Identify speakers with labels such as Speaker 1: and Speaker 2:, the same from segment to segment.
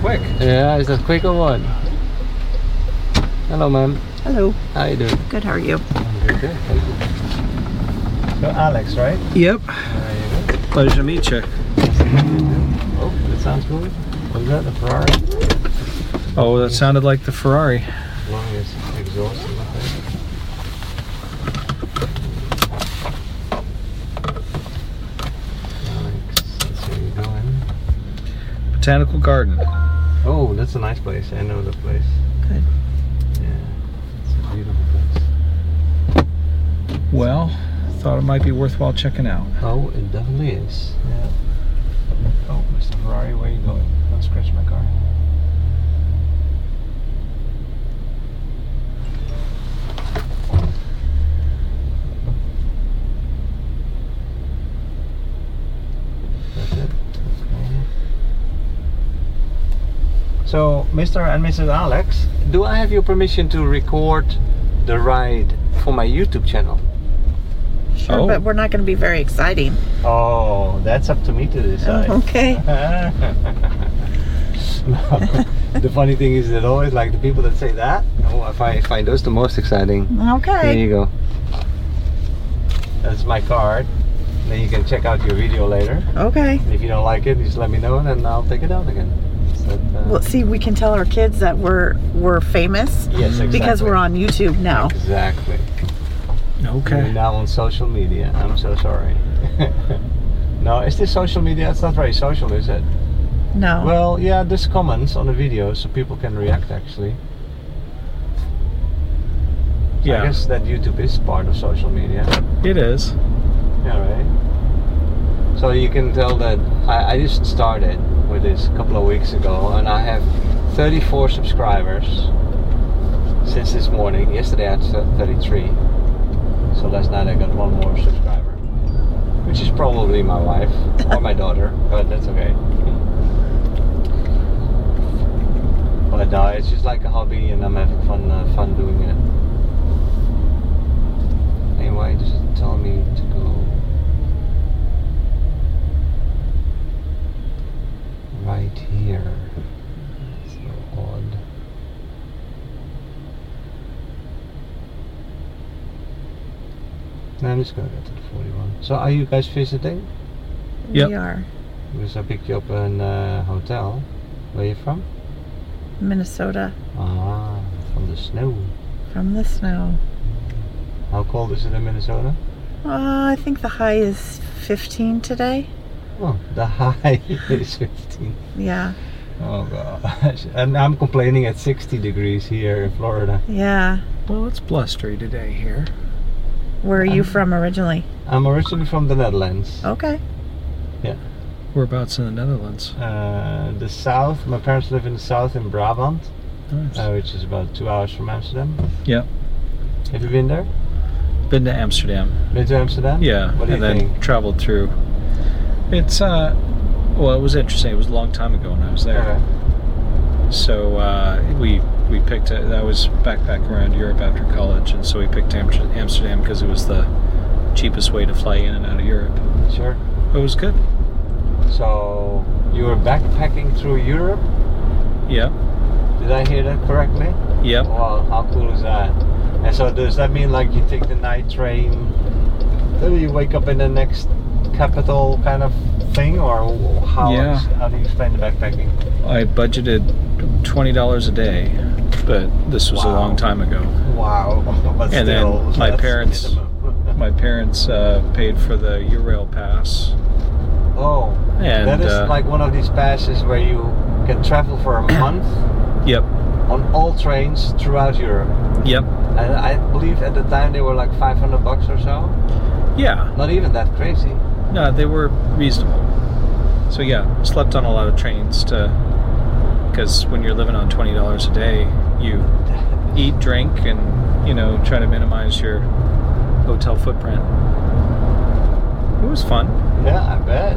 Speaker 1: quick.
Speaker 2: Yeah, it's a quicker one. Hello, ma'am.
Speaker 3: Hello.
Speaker 2: How you doing?
Speaker 3: Good, how are you?
Speaker 2: I'm good, good. Thank you.
Speaker 1: So Alex, right?
Speaker 3: Yep.
Speaker 1: There you
Speaker 3: Pleasure to meet you.
Speaker 2: Oh, that sounds cool. Was that a Ferrari?
Speaker 1: go. Oh, that sounded like the Ferrari.
Speaker 2: long as exhaust is up there. Alex, let's see where you're going.
Speaker 1: Botanical Garden.
Speaker 2: Oh, that's a nice place. I know the place.
Speaker 3: Good.
Speaker 2: Yeah, it's a beautiful place.
Speaker 1: Well, thought it might be worthwhile checking out.
Speaker 2: Oh, it definitely is.
Speaker 1: Yeah. Oh, Mr. Ferrari, where are you going? Don't scratch my car.
Speaker 2: That's it.
Speaker 1: So, Mr. and Mrs. Alex,
Speaker 2: Do I have your permission to record the ride for my YouTube channel?
Speaker 3: Sure,
Speaker 1: Oh.
Speaker 3: but we're not going to be very exciting.
Speaker 2: Oh, that's up to me to decide.
Speaker 3: Okay.
Speaker 2: the funny thing is that always like the people that say that, oh, I find, find those the most exciting. There
Speaker 3: Okay.
Speaker 2: you go. That's my card. Then you can check out your video later.
Speaker 3: Okay.
Speaker 2: And if you don't like it, just let me know and then I'll take it out again. Is that, uh,
Speaker 3: Well, see, we can tell our kids that we're we're famous
Speaker 2: yes, exactly.
Speaker 3: because we're on YouTube now.
Speaker 2: Exactly. We're
Speaker 1: okay.
Speaker 2: now on social media. I'm so sorry. no, is this social media? It's not very social, is it?
Speaker 3: No.
Speaker 2: Well, yeah, there's comments on the video so people can react actually. So I
Speaker 1: Yeah,
Speaker 2: guess that YouTube is part of social media.
Speaker 1: it is.
Speaker 2: Yeah, right. So you can tell that I, I just started with this a couple of weeks ago, and I have 34 subscribers since this morning. Yesterday I had th- 33, so last night I got one more subscriber, which is probably my wife or my daughter, but that's okay. But no, it's just like a hobby, and I'm having fun uh, fun doing it. Anyway, just tell me to go right here. So odd. No, I'm just gonna go to the 41. So are you guys visiting?
Speaker 1: Yep.
Speaker 3: We are
Speaker 2: Because I picked you up in a hotel. Where you from?
Speaker 3: Minnesota
Speaker 2: Ah, from the snow.
Speaker 3: from the snow.
Speaker 2: How cold is it in Minnesota?
Speaker 3: Uh, I think the high is 15 today.
Speaker 2: Oh, the high is 15.
Speaker 3: Yeah.
Speaker 2: Oh gosh, and I'm complaining at 60 degrees here in Florida.
Speaker 3: Yeah.
Speaker 1: Well, it's blustery today here.
Speaker 3: Where are
Speaker 2: Um.
Speaker 3: you from originally?
Speaker 2: I'm originally from the Netherlands,
Speaker 3: Okay.
Speaker 1: Whereabouts in the Netherlands.
Speaker 2: uh, the south. My parents live in the south in Brabant,
Speaker 1: Nice.
Speaker 2: uh, which is about two hours from Amsterdam.
Speaker 1: Yeah.
Speaker 2: Have you been there?
Speaker 1: Been to Amsterdam.
Speaker 2: Been to Amsterdam?
Speaker 1: Yeah.
Speaker 2: What
Speaker 1: and
Speaker 2: do you
Speaker 1: then
Speaker 2: think?
Speaker 1: traveled through. It's, uh, well, it was interesting. It was a long time ago when I was there.
Speaker 2: Okay.
Speaker 1: So uh, we we picked. A, I was backpacking around Europe after college, and so we picked Amster- Amsterdam because it was the cheapest way to fly in and out of Europe.
Speaker 2: Sure.
Speaker 1: It was good.
Speaker 2: So you were backpacking through Europe?
Speaker 1: Yep.
Speaker 2: Did I hear that correctly?
Speaker 1: Yep.
Speaker 2: Wow, how cool is that? And so does that mean like you take the night train, then you wake up in the next capital kind of thing, or how
Speaker 1: Yeah.
Speaker 2: how do you explain the backpacking?
Speaker 1: I budgeted twenty dollars a day, but this was a
Speaker 2: Wow.
Speaker 1: long time ago.
Speaker 2: Wow, but
Speaker 1: And then
Speaker 2: still,
Speaker 1: my
Speaker 2: that's
Speaker 1: parents-
Speaker 2: minimum.
Speaker 1: My parents uh, paid for the Eurail pass,
Speaker 2: oh,
Speaker 1: and
Speaker 2: that is
Speaker 1: uh,
Speaker 2: like one of these passes where you can travel for a month
Speaker 1: yep,
Speaker 2: on all trains throughout Europe.
Speaker 1: yep,
Speaker 2: And I believe at the time they were like 500 bucks or so.
Speaker 1: yeah.
Speaker 2: Not even that crazy.
Speaker 1: No, they were reasonable. So yeah, slept on a lot of trains to, because when you're living on twenty dollars a day, you eat, drink, and you know try to minimize your hotel footprint. It was fun.
Speaker 2: Yeah, I bet.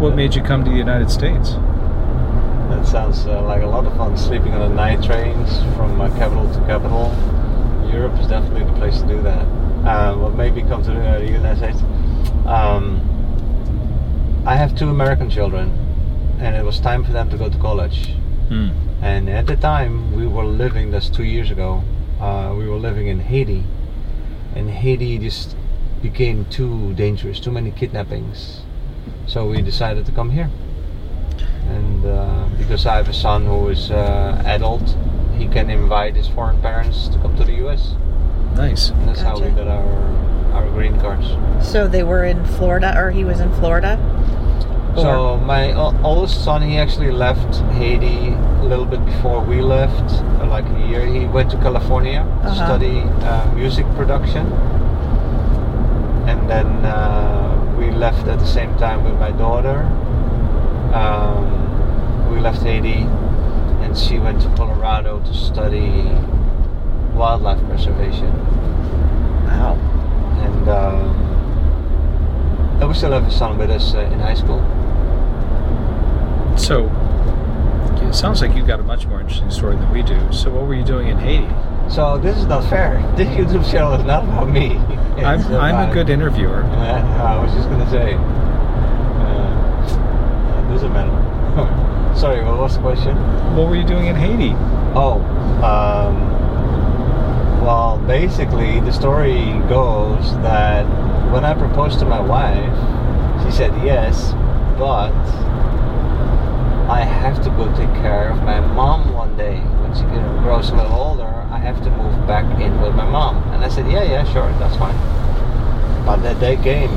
Speaker 1: What made you come to the United States?
Speaker 2: That sounds uh, like a lot of fun. Sleeping on the night trains from uh, capital to capital. Europe is definitely the place to do that. Um, what made me come to the uh, United States? Um, I have two American children, and it was time for them to go to college.
Speaker 1: Mm.
Speaker 2: And at the time, we were living, that's two years ago, uh, we were living in Haiti. And Haiti just became too dangerous, too many kidnappings. So we decided to come here. And uh, because I have a son who is uh, adult, he can invite his foreign parents to come to the US.
Speaker 1: Nice.
Speaker 2: And that's how we
Speaker 3: Gotcha.
Speaker 2: got our, our green cards.
Speaker 3: So they were in Florida, or he was in Florida.
Speaker 2: So my o- oldest son, he actually left Haiti a little bit before we left, uh, like a year. He went to California to
Speaker 3: Uh-huh.
Speaker 2: study uh, music production, and then uh, we left at the same time with my daughter. Um, we left Haiti, and she went to Colorado to study wildlife preservation
Speaker 3: Wow.
Speaker 2: and um, and we still have his son with us uh, in high school.
Speaker 1: So it sounds like you've got a much more interesting story than we do. So what were you doing in Haiti?
Speaker 2: So this is not fair. This YouTube channel is not about me. It's
Speaker 1: I'm, I'm a
Speaker 2: about-
Speaker 1: good interviewer.
Speaker 2: Uh, I was just gonna say. Uh, it doesn't matter. Sorry, what was the question?
Speaker 1: What were you doing in Haiti?
Speaker 2: Oh, um, well, basically, the story goes that when I proposed to my wife, she said yes, but I have to go take care of my mom one day. When she get- grows a little older, I have to move back in with my mom. And I said, yeah, yeah, sure, that's fine. But that day came.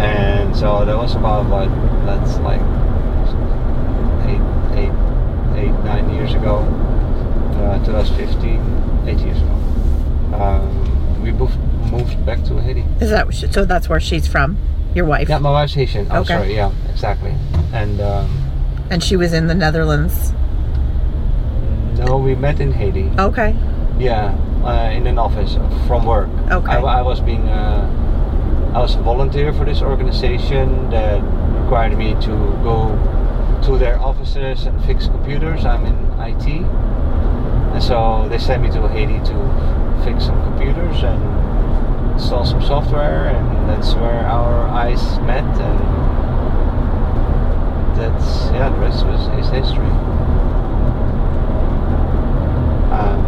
Speaker 2: and so that was about what, that's like eight, eight, eight, nine years ago, uh, 2015, eight years ago. Um, we both moved back to Haiti.
Speaker 3: Is that so? That's where she's from, your wife,
Speaker 2: Yeah, my wife's Haitian. Oh,
Speaker 3: Okay.
Speaker 2: sorry. Yeah, exactly. And um,
Speaker 3: and she was in the Netherlands.
Speaker 2: no, we met in Haiti.
Speaker 3: Okay.
Speaker 2: Yeah, uh, in an office from work.
Speaker 3: Okay.
Speaker 2: I, wa- I was being, uh, I was a volunteer for this organization that required me to go to their offices and fix computers. I'm in IT, and so they sent me to Haiti to fix some computers and install some software, and that's where our eyes met. And that's yeah, the rest was is history. Um,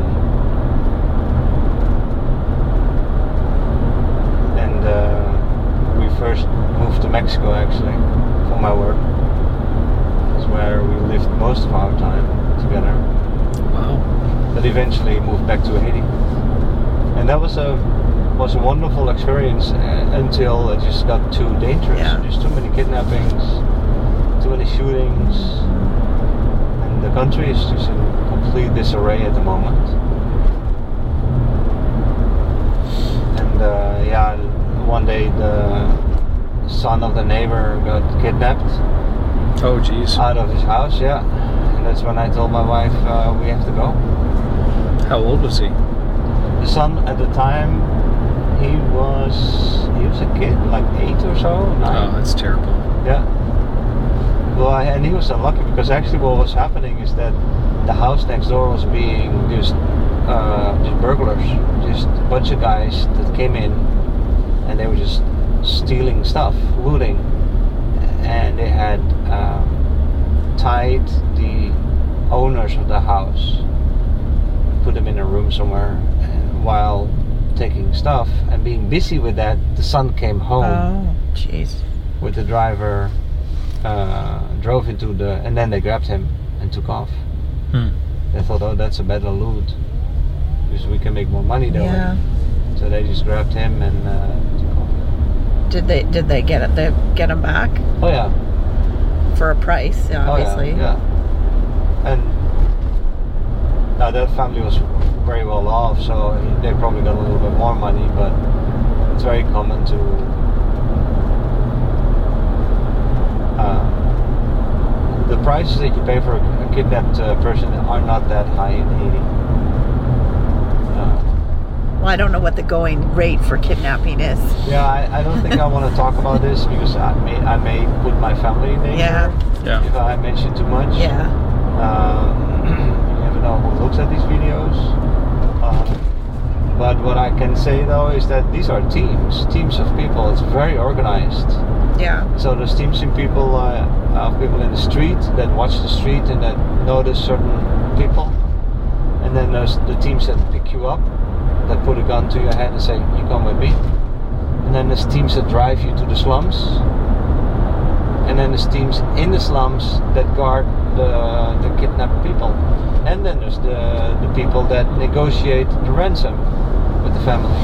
Speaker 2: and uh, we first moved to Mexico actually for my work. That's where we lived most of our time together.
Speaker 1: Wow.
Speaker 2: But eventually moved back to Haiti, and that was a was a wonderful experience uh, until it just got too dangerous.
Speaker 3: Yeah.
Speaker 2: There's too many kidnappings, too many shootings, and the country is just in complete disarray at the moment. And uh, yeah, one day the son of the neighbor got kidnapped
Speaker 1: Oh, geez.
Speaker 2: out of his house. Yeah, and that's when I told my wife uh, we have to go.
Speaker 1: How old was he?
Speaker 2: The son at the time, he was he was a kid, like eight or so,
Speaker 1: Oh,
Speaker 2: nine.
Speaker 1: that's terrible.
Speaker 2: Yeah. Well, I, and he was unlucky because actually what was happening is that the house next door was being just uh, just burglars, just a bunch of guys that came in and they were just stealing stuff, looting, and they had um, tied the owners of the house, put them in a room somewhere, and while taking stuff and being busy with that, the son came home
Speaker 3: Oh, jeez.
Speaker 2: with the driver uh, drove into the and then they grabbed him and took off
Speaker 1: Hmm.
Speaker 2: they thought oh that's a better loot because we can make more money that
Speaker 3: Yeah.
Speaker 2: way so they just grabbed him and uh, took off
Speaker 3: Did they did they get it? They get him back
Speaker 2: oh yeah
Speaker 3: for a price, obviously.
Speaker 2: oh, yeah, yeah and now that family was very well off so they probably got a little bit more money but it's very common to uh, the prices that you pay for a kidnapped uh, person are not that high in Haiti. Uh,
Speaker 3: Well, I don't know what the going rate for kidnapping is.
Speaker 2: yeah, I, I don't think I want to talk about this because I may I may put my family in danger
Speaker 3: Yeah.
Speaker 1: Yeah.
Speaker 2: if I mention too much.
Speaker 3: Yeah.
Speaker 2: Um, you never know who looks at these videos. Uh, But what I can say though is that these are teams, teams of people. It's very organized.
Speaker 3: Yeah.
Speaker 2: So there's teams in people uh, of people in the street that watch the street and that notice certain people, and then there's the teams that pick you up, that put a gun to your head and say, "You come with me," and then there's teams that drive you to the slums, and then there's teams in the slums that guard the the kidnapped people, and then there's the the people that negotiate the ransom with the family.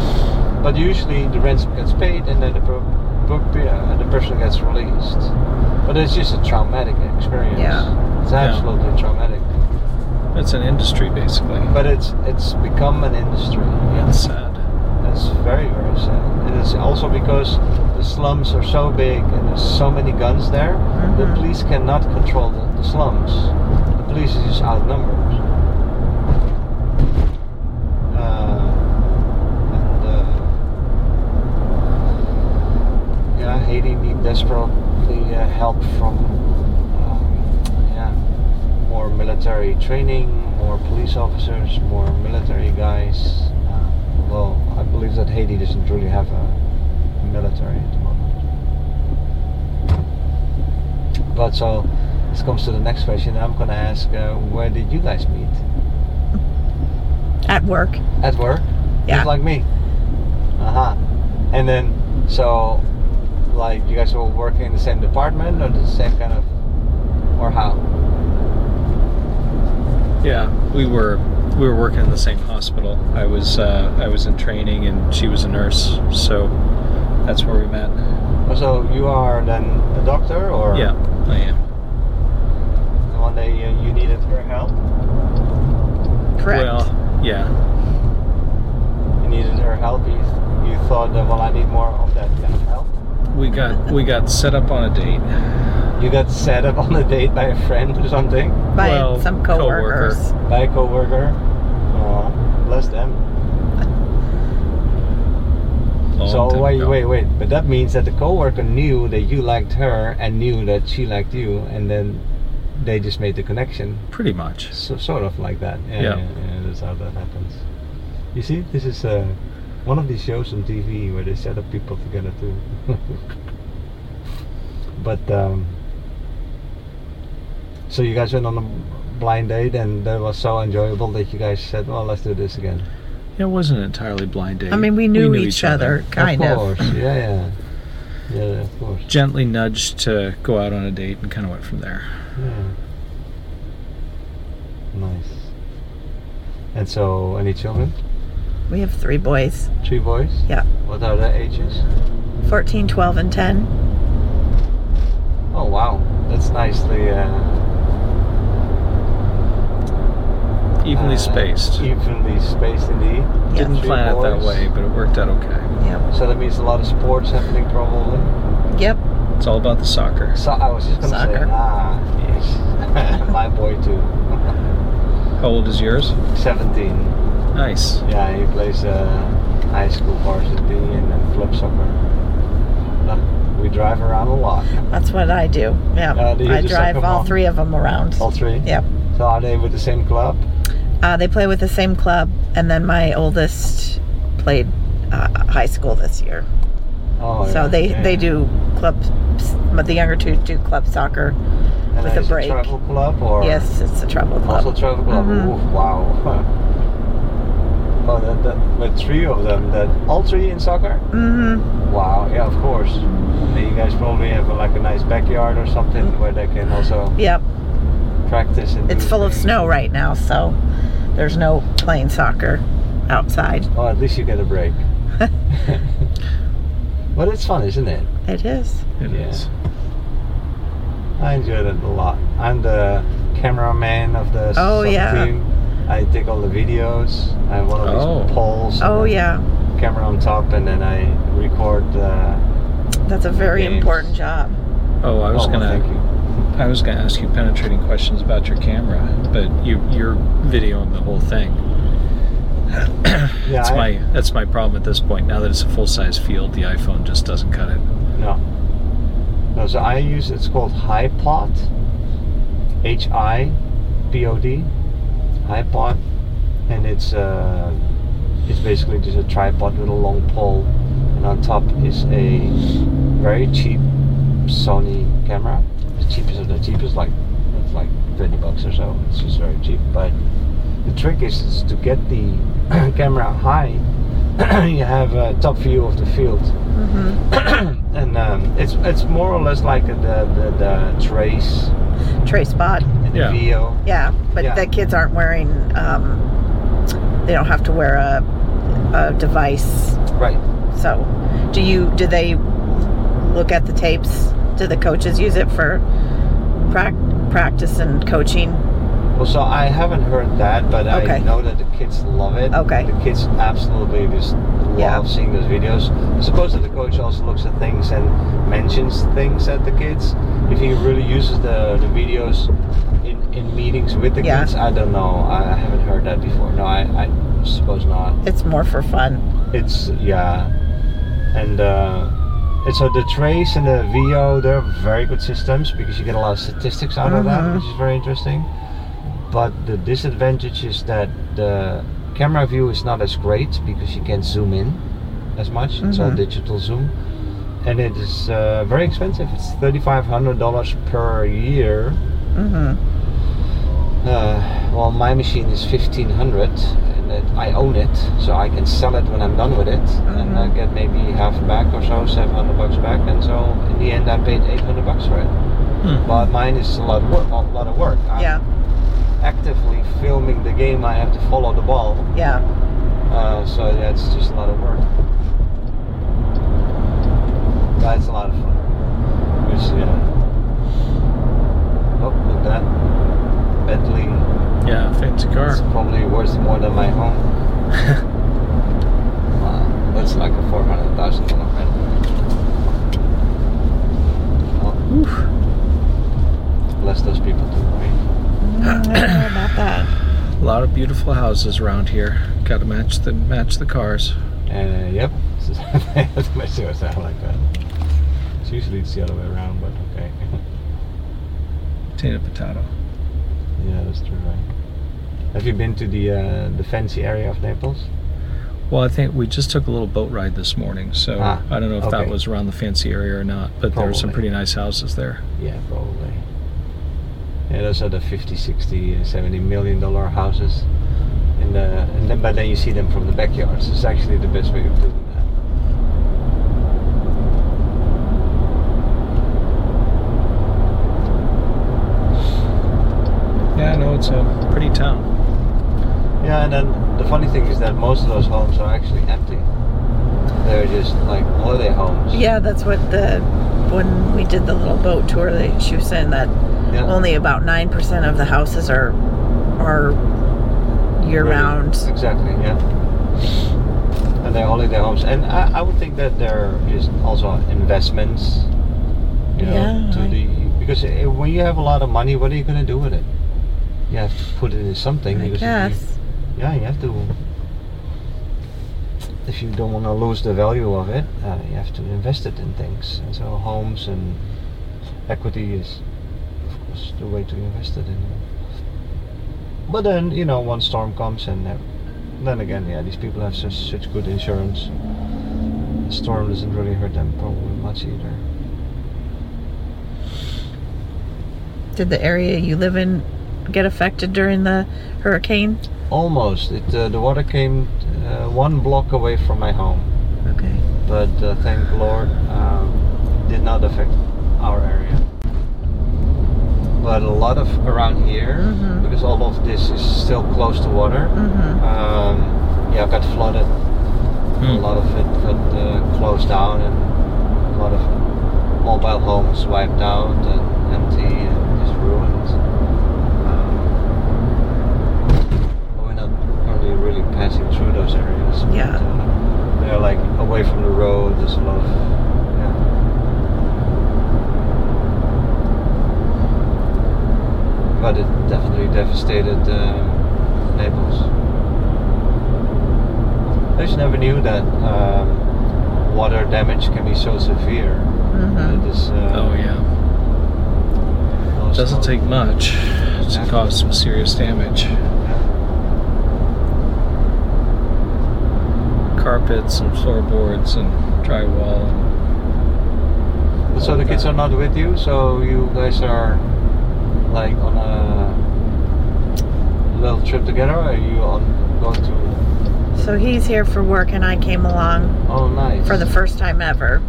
Speaker 2: But usually the ransom gets paid and then the, per- per- uh, the person gets released. But it's just a traumatic experience.
Speaker 3: Yeah.
Speaker 2: It's
Speaker 1: Yeah.
Speaker 2: absolutely traumatic.
Speaker 1: It's an industry, basically.
Speaker 2: But it's it's become an industry.
Speaker 1: It's sad.
Speaker 2: That's very, very sad. And it's also because the slums are so big and there's so many guns there, the
Speaker 3: Mhm.
Speaker 2: police cannot control the, the slums. The police is just outnumbered. Uh, and, uh, yeah, Haiti need desperately uh, help from um, yeah, more military training, more police officers, more military guys. Uh, well, I believe that Haiti doesn't really have a military at the moment. But so, this comes to the next question. I'm going to ask, uh, where did you guys meet?
Speaker 3: At work.
Speaker 2: At work?
Speaker 3: Yeah.
Speaker 2: Just like me. Uh huh. And then, so, like, you guys were working in the same department or the same kind of, or how?
Speaker 1: Yeah, we were we were working in the same hospital. I was uh, I was in training, and she was a nurse, so that's where we met.
Speaker 2: So, you are then a doctor or?
Speaker 1: Yeah, I am.
Speaker 2: And one day uh, you needed her help?
Speaker 3: Correct.
Speaker 1: Well, yeah,
Speaker 2: You needed her help. You, you thought that, well, I need more of that kind of help.
Speaker 1: we got we got set up on a date.
Speaker 2: You got set up on a date by a friend or something,
Speaker 3: By
Speaker 1: well,
Speaker 3: some
Speaker 1: coworker.
Speaker 3: coworkers.
Speaker 2: by a coworker. Aw, bless them.
Speaker 1: Long
Speaker 2: so
Speaker 1: time
Speaker 2: wait,
Speaker 1: ago.
Speaker 2: wait, wait. But that means that the coworker knew that you liked her and knew that she liked you, and then they just made the connection.
Speaker 1: Pretty much.
Speaker 2: So, sort of like that. Yeah,
Speaker 1: Yeah.
Speaker 2: yeah, yeah, that's how that happens. You see, this is uh, one of these shows on TV where they set up people together too. but um, so you guys went on a blind date, and that was so enjoyable that you guys said, "Well, let's do this again."
Speaker 1: It wasn't an entirely blind date.
Speaker 3: I mean, we knew, each, other, kind
Speaker 2: of
Speaker 3: of.
Speaker 2: course, yeah, yeah, yeah, of course.
Speaker 1: Gently nudged to go out on a date, and kind of went from there.
Speaker 2: Yeah. Nice. And so, any children?
Speaker 3: We have three boys
Speaker 2: Three boys?
Speaker 3: Yeah.
Speaker 2: What are their ages?
Speaker 3: 14, 12, and 10.
Speaker 2: Oh wow, that's nicely uh,
Speaker 1: Evenly
Speaker 2: uh,
Speaker 1: spaced.
Speaker 2: Evenly spaced indeed.
Speaker 1: Didn't
Speaker 2: Three
Speaker 1: plan it that
Speaker 2: boys.
Speaker 1: way, but it worked out okay.
Speaker 3: Yep.
Speaker 2: So that means a lot of sports happening probably.
Speaker 3: Yep.
Speaker 1: It's all about the soccer.
Speaker 2: So I was just gonna
Speaker 3: Soccer.
Speaker 2: say, ah, yes, my boy too.
Speaker 1: How old is yours?
Speaker 2: Seventeen.
Speaker 1: Nice.
Speaker 2: Yeah, he plays uh, high school varsity and then club soccer. We drive around a lot.
Speaker 3: That's what I do. Yeah.
Speaker 2: Uh, do you
Speaker 3: I
Speaker 2: just
Speaker 3: drive
Speaker 2: suck 'em Oh.
Speaker 3: all
Speaker 2: off?
Speaker 3: three of them around.
Speaker 2: All three.
Speaker 3: Yep.
Speaker 2: So are they with the same club?
Speaker 3: Uh, they play with the same club, and then my oldest played uh, high school this year.
Speaker 2: Oh,
Speaker 3: so
Speaker 2: yeah,
Speaker 3: they
Speaker 2: yeah,
Speaker 3: they
Speaker 2: yeah.
Speaker 3: do club. But the younger two do club soccer.
Speaker 2: And
Speaker 3: with a
Speaker 2: is it
Speaker 3: break.
Speaker 2: Travel club or?
Speaker 3: Yes, it's a trouble club.
Speaker 2: Also travel club.
Speaker 3: Mhm.
Speaker 2: Ooh, wow. oh, that, that with three of them. That all three in soccer.
Speaker 3: Mm-hmm.
Speaker 2: Wow. Yeah, of course. And you guys probably have like a nice backyard or something where they can also
Speaker 3: Yep.
Speaker 2: practice. And
Speaker 3: Mm-hmm. It's
Speaker 2: do
Speaker 3: full of
Speaker 2: things.
Speaker 3: snow right now, so there's no playing soccer outside.
Speaker 2: Oh, at least you get a break. but it's fun, isn't it?
Speaker 3: It is.
Speaker 1: It is.
Speaker 2: Yeah. I enjoyed it a lot. I'm the cameraman of the
Speaker 3: Oh,
Speaker 2: soccer
Speaker 3: yeah.
Speaker 2: team. I take all the videos. I have one of
Speaker 1: Oh.
Speaker 2: these poles. and
Speaker 3: Oh
Speaker 2: then
Speaker 3: yeah,
Speaker 2: Camera on top, and then I record. Uh,
Speaker 3: that's a very
Speaker 2: Games.
Speaker 3: important job.
Speaker 1: Oh, I was
Speaker 2: oh, well,
Speaker 1: gonna.
Speaker 2: Thank you.
Speaker 1: I was going to ask you penetrating questions about your camera, but you you're videoing the whole thing.
Speaker 2: Yeah,
Speaker 1: that's
Speaker 2: I-
Speaker 1: my that's my problem at this point. Now that it's a full size field, the iPhone just doesn't cut it.
Speaker 2: No. No, so I use it's called HiPod. H I P O D. HiPod. And it's uh is basically just a tripod with a long pole, and on top is a very cheap Sony camera. The cheapest of the cheapest, like it's like 30 bucks or so. It's just very cheap. But the trick is, is to get the camera high. you have a top view of the field,
Speaker 3: hmm
Speaker 2: and um, it's it's more or less like the the, the trace
Speaker 3: Trace bod.
Speaker 2: in the
Speaker 1: Yeah.
Speaker 2: video.
Speaker 3: Yeah, but
Speaker 2: Yeah.
Speaker 3: the kids aren't wearing. Um, they don't have to wear a, a device.
Speaker 2: Right.
Speaker 3: So, do you? Do they look at the tapes? Do the coaches use it for prac- practice and coaching?
Speaker 2: Well, so I haven't heard that, but I
Speaker 3: Okay.
Speaker 2: know that the kids love it.
Speaker 3: Okay.
Speaker 2: The kids absolutely just love
Speaker 3: Yeah.
Speaker 2: seeing those videos. I suppose that the coach also looks at things and mentions things at the kids. If he really uses the, the videos in, in meetings with the
Speaker 3: Yeah.
Speaker 2: kids, I don't know. I haven't heard that before. No, I, I suppose not.
Speaker 3: It's more for fun.
Speaker 2: It's, yeah. And, uh, and so the trace and the VO, they're very good systems because you get a lot of statistics out of that,
Speaker 3: Mhm.
Speaker 2: which is very interesting. But the disadvantage is that the camera view is not as great because you can't zoom in as much. It's all
Speaker 3: Mhm.
Speaker 2: digital zoom. And it is uh, very expensive. It's $3,500 per year.
Speaker 3: hmm
Speaker 2: Uh, well, my machine is 1500 and it, I own it, so I can sell it when I'm done with it and I
Speaker 3: Mhm.
Speaker 2: get maybe half back or so, 700 bucks back. And so in the end, I paid 800 bucks for it.
Speaker 1: Hmm.
Speaker 2: But mine is a lot, of work, a lot of work. I'm
Speaker 3: Yeah,
Speaker 2: actively filming the game, I have to follow the ball.
Speaker 3: yeah.
Speaker 2: Uh, so yeah, it's just a lot of work. But it's a lot of fun. Which, yeah. Oh, look at that. Bentley.
Speaker 1: Yeah, fancy
Speaker 2: It's
Speaker 1: car.
Speaker 2: probably worth more than my home. Wow, that's like a four hundred thousand dollar rent. Well,
Speaker 1: Oof.
Speaker 2: bless those people too. Right?
Speaker 3: Mm, I don't know about that.
Speaker 1: A lot of beautiful houses around here. Got to match the match the cars.
Speaker 2: Uh, yep. I have to make it sound like that. It's usually it's the other way around, but okay.
Speaker 1: Potato, potato.
Speaker 2: yeah, that's true. Right? Have you been to the uh, the fancy area of Naples?
Speaker 1: Well, I think we just took a little boat ride this morning, so
Speaker 2: Ah,
Speaker 1: I don't know if that
Speaker 2: okay.
Speaker 1: was around the fancy area or not. But there were some
Speaker 2: Probably.
Speaker 1: pretty nice houses there.
Speaker 2: Yeah, probably. Yeah, those are the 50, 60, and 70 million dollar houses. In the, and then, but then you see them from the backyards. It's actually the best way of doing that.
Speaker 1: Yeah, I know it's a pretty town.
Speaker 2: Yeah, and then the funny thing is that most of those homes are actually empty. They're just like holiday homes.
Speaker 3: Yeah, that's what the when we did the little boat tour. They, she was saying that
Speaker 2: Yeah.
Speaker 3: only about nine percent of the houses are are year
Speaker 2: Really.
Speaker 3: round.
Speaker 2: Exactly. Yeah. And they're holiday homes, and I, I would think that there is also investments. You know,
Speaker 3: Yeah,
Speaker 2: to
Speaker 3: I-
Speaker 2: the because eh, when you have a lot of money, what are you going to do with it? You have to put it in something.
Speaker 3: I
Speaker 2: because if you-
Speaker 3: guess.
Speaker 2: yeah, you have to. If you don't want to lose the value of it, uh, you have to invest it in things. And so homes and equity is, of course, the way to invest it in. But then you know, one storm comes, and uh, then again, yeah, these people have such, such good insurance. The storm doesn't really hurt them probably much either.
Speaker 3: Did the area you live in get affected during the hurricane?
Speaker 2: Almost, it uh, the water came uh, one block away from my home.
Speaker 3: Okay.
Speaker 2: but uh, thank Lord, um, did not affect our area. But a lot of around here,
Speaker 3: Mhm.
Speaker 2: because all of this is still close to water.
Speaker 3: Mm-hmm.
Speaker 2: Um, yeah, got flooded.
Speaker 1: Mm.
Speaker 2: A lot of it got uh, closed down, and a lot of mobile homes wiped out and empty and just ruined. Um, we're not only really passing through those areas. but,
Speaker 3: Yeah.
Speaker 2: uh, they're like away from the road. There's a lot of yeah. But it definitely devastated uh, Naples. I just never knew that um, water damage can be so severe.
Speaker 3: Mm-hmm.
Speaker 2: It is, uh,
Speaker 1: Oh yeah,
Speaker 2: almost
Speaker 1: doesn't take much to cause some serious damage.
Speaker 2: Yeah.
Speaker 1: carpets and floorboards and drywall. And
Speaker 2: So the kids are not with you, so you guys are like on a little trip together. Or are you on going to?
Speaker 3: So he's here for work, and I came along
Speaker 2: Oh, nice.
Speaker 3: for the first time ever.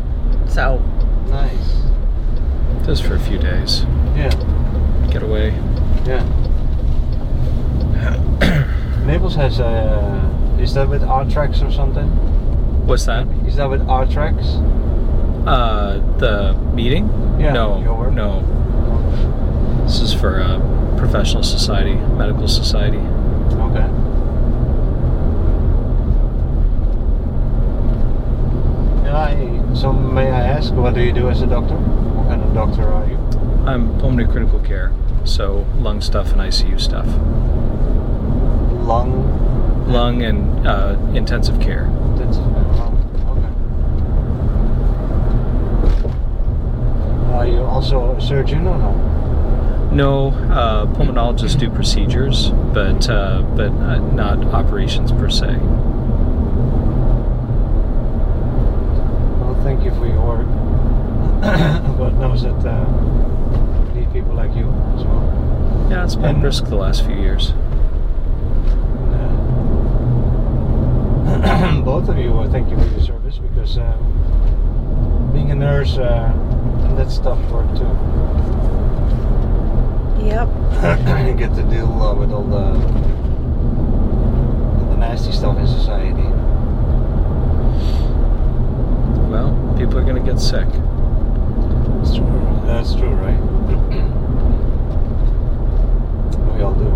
Speaker 3: So
Speaker 2: nice.
Speaker 1: just for a few days,
Speaker 2: Yeah,
Speaker 1: get away.
Speaker 2: yeah. Naples has a. Is that with Artrax or something?
Speaker 1: What's that?
Speaker 2: Is that with Artrax?
Speaker 1: Uh, the meeting?
Speaker 2: Yeah,
Speaker 1: No,
Speaker 2: your work.
Speaker 1: no. This is for a professional society, medical society.
Speaker 2: Okay. Can I? So may I ask, what do you do as a doctor? What kind of doctor are you?
Speaker 1: I'm pulmonary critical care, so lung stuff and ICU stuff,
Speaker 2: Lung.
Speaker 1: lung and uh, intensive care.
Speaker 2: That's okay. Are you also a surgeon or no?
Speaker 1: No, uh, pulmonologists do procedures, but uh, but uh, not operations per se.
Speaker 2: Well, thank you for your work. God knows that uh, we need people like you as well.
Speaker 1: Yeah, it's been
Speaker 2: And-
Speaker 1: brisk the last few years.
Speaker 2: Uh, both of you, uh, thank you for your service because um, being a nurse, uh, that's tough work too.
Speaker 3: yep,
Speaker 2: you get to deal uh, with all the the nasty stuff in society.
Speaker 1: Well, people are going to get sick.
Speaker 2: That's true. That's true, right? we all do.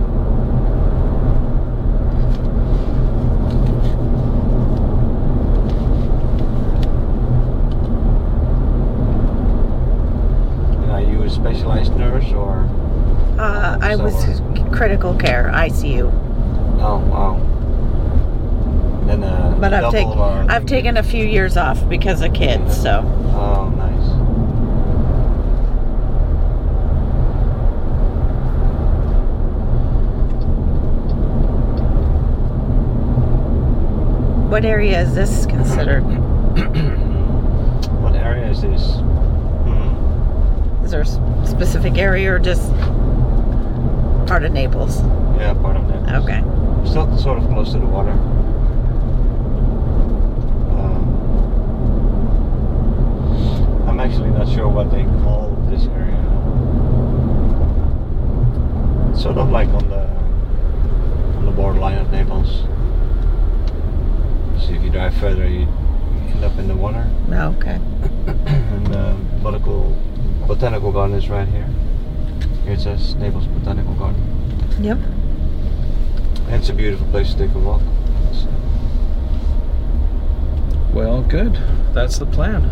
Speaker 2: And Are you a specialized nurse or?
Speaker 3: uh, I
Speaker 2: So,
Speaker 3: was critical care ICU,
Speaker 2: Oh wow. Then uh.
Speaker 3: but I've
Speaker 2: double
Speaker 3: taken
Speaker 2: or-
Speaker 3: I've taken a few years off because of kids. So
Speaker 2: Oh, nice.
Speaker 3: what area is this considered?
Speaker 2: what area is this? Hmm.
Speaker 3: Is there a s- specific area or just part of Naples?
Speaker 2: Yeah, part of that.
Speaker 3: Okay.
Speaker 2: Still sort of close to the water. Um, I'm actually not sure what they call this area. It's sort of like on the on the borderline of Naples. So if you drive further, you end up in the water.
Speaker 3: Okay.
Speaker 2: and the botanical botanical garden is right here. Here it says Naples Botanical Garden.
Speaker 3: Yep.
Speaker 2: And it's a beautiful place to take a walk. It's-
Speaker 1: Well, good. That's the plan.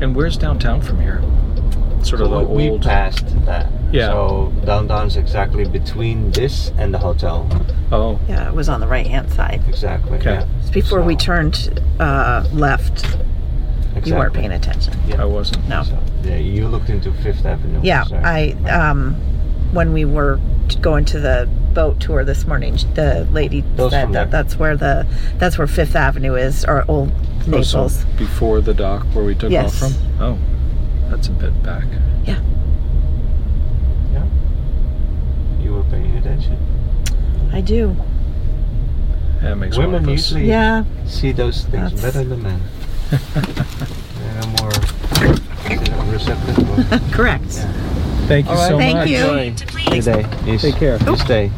Speaker 1: And where's downtown from here? Sort of
Speaker 2: So
Speaker 1: the
Speaker 2: Oh, we, we
Speaker 1: old.
Speaker 2: passed that.
Speaker 1: Yeah.
Speaker 2: So downtown's exactly between this and the hotel.
Speaker 1: oh,
Speaker 3: Yeah, it was on the right hand side.
Speaker 2: Exactly.
Speaker 1: Okay.
Speaker 2: Yeah.
Speaker 3: It's before we
Speaker 2: So,
Speaker 3: turned uh, left.
Speaker 2: Exactly.
Speaker 3: You weren't paying attention.
Speaker 1: I wasn't.
Speaker 3: No.
Speaker 2: So, yeah, you looked into Fifth Avenue.
Speaker 3: Yeah,
Speaker 2: so-
Speaker 3: I um, when we were t- going to the boat tour this morning, sh- the lady
Speaker 2: Those
Speaker 3: said
Speaker 2: from
Speaker 3: that
Speaker 2: there.
Speaker 3: that's where the that's where Fifth Avenue is or Old
Speaker 1: Oh, so
Speaker 3: Naples.
Speaker 1: before the dock where we took
Speaker 3: Yes.
Speaker 1: off from? Oh, that's a bit back.
Speaker 2: Yeah. You were paying attention.
Speaker 3: I do.
Speaker 1: That makes one
Speaker 2: Women
Speaker 1: of us.
Speaker 2: usually
Speaker 3: Yeah,
Speaker 2: see those things
Speaker 3: That's-
Speaker 2: better than men. They're more receptive. of-
Speaker 3: correct.
Speaker 2: Yeah.
Speaker 1: Thank you
Speaker 2: All right.
Speaker 1: so
Speaker 3: Thank
Speaker 1: much.
Speaker 3: you.
Speaker 2: Enjoy your day. Yes.
Speaker 1: Take care.
Speaker 2: You stay.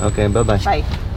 Speaker 2: Okay, bye bye.
Speaker 3: Bye.